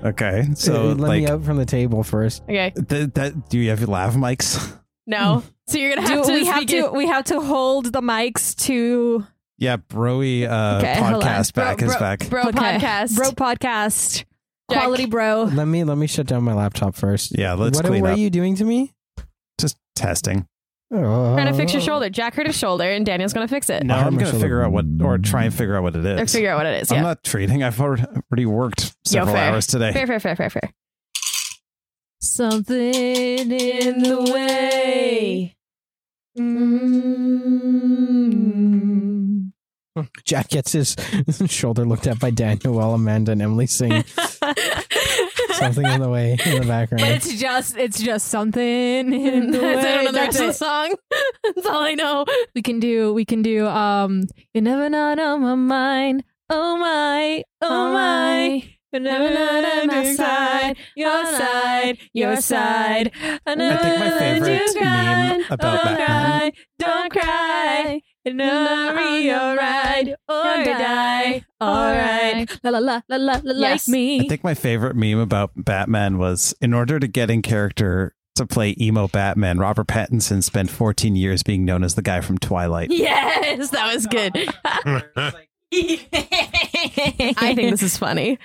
C: Okay. So
A: Uh, let me
C: like
A: out from the table first.
D: Okay.
C: th- that. Do you have lav mics?
D: No. So you're gonna have
E: Do
D: to.
E: we
D: speak
E: have to
D: it-
E: we have to hold the mics to
C: Yeah, Broy uh,
E: Okay, hold on.
C: podcast back
D: bro,
C: is
D: bro-
C: back.
D: Bro
E: Okay.
D: podcast.
E: bro podcast
D: Check.
E: quality bro.
A: Let me let me shut down my laptop first.
C: yeah, let's
A: what
C: clean
A: were
C: up.
A: you doing to me? Uh,
C: Just testing.
D: Trying to fix your shoulder. Jack hurt his shoulder, and Daniel's gonna fix it.
C: Now
A: I have
C: I'm
A: my
C: gonna
A: shoulder.
C: figure out what, or try and figure out what it
D: Or
C: is.
D: figure out what it is.
C: I'm
D: Yeah.
C: not treating. I've already worked several
D: fair.
C: hours today.
D: fair, fair, fair, fair, fair.
E: Something in the way. Mm.
A: Jack gets his shoulder looked at by Daniel while Amanda and Emily sing something in the way in the background.
E: It's just it's just something in the way.
D: I don't know the
E: That's
D: rest of the
E: it.
D: song. That's all I know.
E: We can do we can do um you never not on my mind. Oh my, oh my. You're never not on my side. Your side, your side. I never
C: I think my
E: let
D: Oh,
C: favorite
E: you cry.
C: meme about
E: don't
C: Batman.
E: cry, don't cry. You'll never be alright or die. Alright. La la la la la la
D: Yes.
E: like me.
C: I think my favorite meme about Batman was in order to get in character to play emo Batman, Robert Pattinson spent 14 years being known as the guy from Twilight.
D: Yes, that was good. I think this is funny.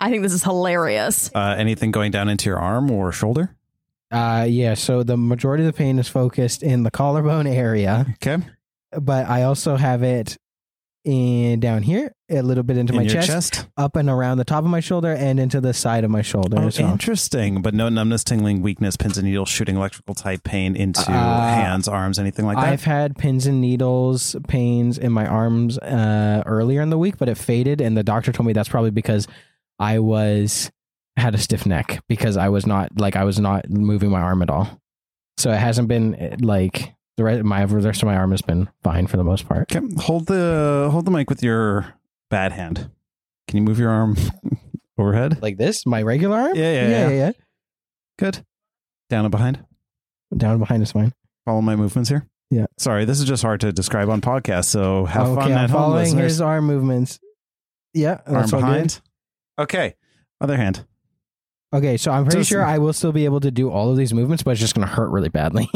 D: I think this is hilarious.
C: Uh, anything going down into your arm or shoulder?
A: Uh, yeah, so the majority of the pain is focused in the collarbone area.
C: Okay.
A: but I also have it in down here, a little bit into
C: in
A: my
C: your
A: chest, up and around the top of my shoulder, and into the side of my shoulder.
C: Oh,
A: as well.
C: interesting. But no numbness, tingling, weakness, pins and needles, shooting electrical type pain into
A: Uh,
C: hands, arms, anything like that.
A: I've had pins and needles pains in my arms uh, earlier in the week, but it faded, and the doctor told me that's probably because I was had a stiff neck because I was not like I was not moving my arm at all, so it hasn't been eh, like the rest. My the rest of my arm has been fine for the most part.
C: Okay, hold the hold the mic with your bad hand. Can you move your arm overhead?
A: Like this, my regular arm.
C: Yeah, yeah, yeah.
A: yeah. yeah.
C: Good. Down and behind.
A: Down behind is fine.
C: Follow my movements here.
A: Yeah.
C: Sorry, this is just hard to describe on podcast. So have fun at home,
A: following
C: listeners.
A: his arm movements. Yeah,
C: arm
A: that's all
C: behind. Okay. Other hand.
A: good. Okay, so I'm pretty
C: Just-
A: sure I will still be able to do all of these movements, but it's just going to hurt really badly.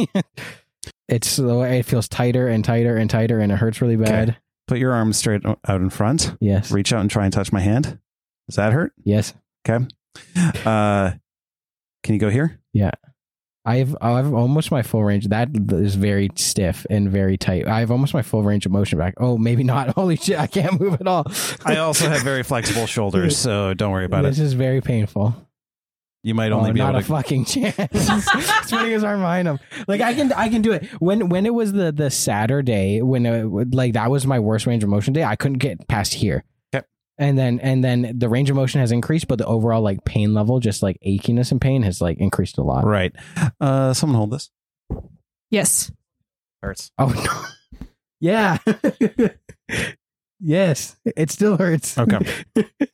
A: it's the way it feels tighter and tighter and tighter, and it hurts really bad.
C: Put your arm straight o- out in front.
A: Yes,
C: Reach out and try and touch my hand. Does that hurt?
A: yes.
C: Uh, can you go here?
A: I've I've almost my full range. That is very stiff and very tight. I've almost my full range of motion back. Oh, maybe not. Holy shit! I can't move at all.
C: I also have very flexible shoulders, so don't worry about
A: this
C: it.
A: is very painful.
C: You might only
A: oh,
C: be
A: not
C: able
A: a
C: to.
A: fucking chance. Spinning his arm behind him. um, Like I can, I can do it. When when it was the the Saturday when it, would- like that was my worst range of motion day. I couldn't get past here.
C: Yep.
A: And then and then the range of motion has increased, but the overall like pain level, just like achiness and pain, has like increased a lot.
C: Right. Uh, someone hold this.
E: Yes.
C: Hurts.
A: Oh no. Yeah. yes. It still hurts.
C: Okay. that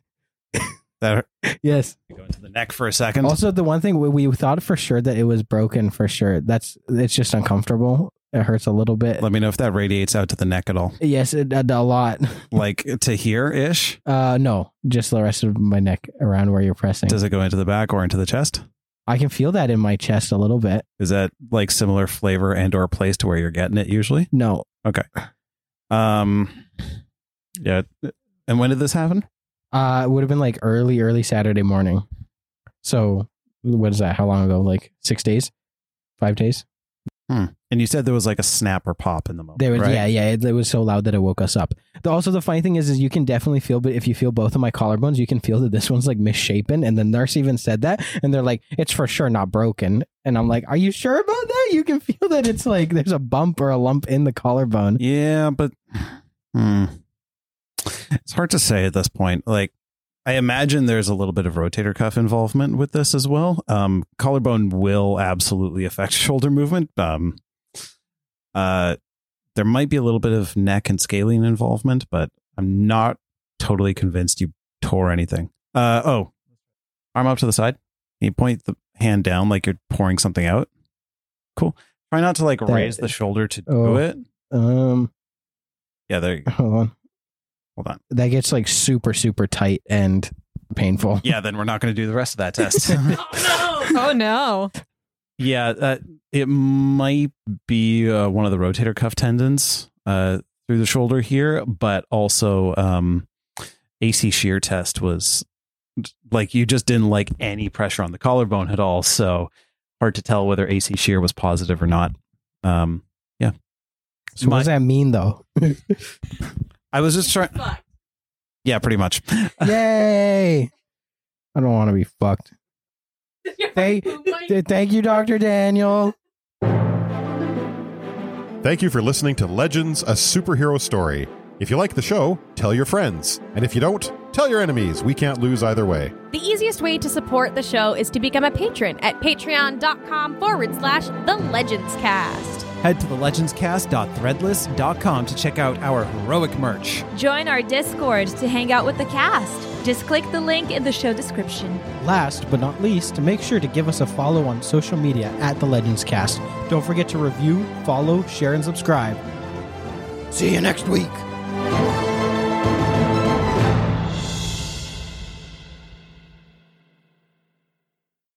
C: hurt.
A: Yes.
C: Go into the neck for a second.
A: Also, the one thing we, we thought for sure that it was broken for sure. That's it's just uncomfortable. It hurts a little bit.
C: Let me know if that radiates out to the neck at all,
A: Yes, it, a lot.
C: like to here ish.
A: Uh, no, just the rest of my neck around where you're pressing.
C: Does it go into the back or into the chest?
A: I can feel that in my chest a little bit.
C: Is that like similar flavor and or place to where you're getting it usually?
A: No,
C: Um, yeah. And when did this happen?
A: uh, it would have been like early, early Saturday morning. So what is that? How long ago? Like six days, five days.
C: And you said there was like a snap or pop in the moment.
A: There was
C: right?
A: yeah, yeah. It, it was so loud that it woke us up. The, also, the funny thing is, is you can definitely feel. But if you feel both of my collarbones, you can feel that this one's like misshapen. And the nurse even said that, and they're like, "It's for sure not broken." And I'm like, "Are you sure about that? You can feel that it's like there's a bump or a lump in the collarbone."
C: Yeah, but hmm. it's hard to say at this point. Like, I imagine there's a little bit of rotator cuff involvement with this as well. Um, collarbone will absolutely affect shoulder movement. Um, uh, there might be a little bit of neck and scalene involvement, but I'm not totally convinced you tore anything. Uh, oh, arm up to the side. You point the hand down like you're pouring something out. Cool. Try not to like
A: There-
C: raise the shoulder to
A: Oh.
C: do it.
A: Um,
C: Yeah, there you go.
A: hold on.
C: Hold on.
A: That gets like super, super tight and painful.
C: Yeah, then we're not going to do the rest of that test.
D: Oh no.
C: yeah, uh, it might be uh, one of the rotator cuff tendons uh, through the shoulder here, but also um, AC shear test was like you just didn't like any pressure on the collarbone at all. So hard to tell whether AC shear was positive or not. Um, yeah.
A: So what does that mean, though?
C: I was just trying. Yeah, pretty much.
A: Yay! I don't want to be fucked. Thank,
E: Oh
A: th- thank you, Doctor Daniel.
B: Thank you for listening to Legends, a superhero story. If you like the show, tell your friends. And if you don't, tell your enemies. We can't lose either way.
D: The easiest way to support the show is to become a patron at patreon.com forward slash the Legends Cast.
C: Head to the legendscast.threadless.com to check out our heroic merch.
F: Join our Discord to hang out with the cast. Just click the link in the show description.
A: Last but not least, make sure to give us a follow on social media at the Legends Cast. Don't forget to review, follow, share, and subscribe. See you next week.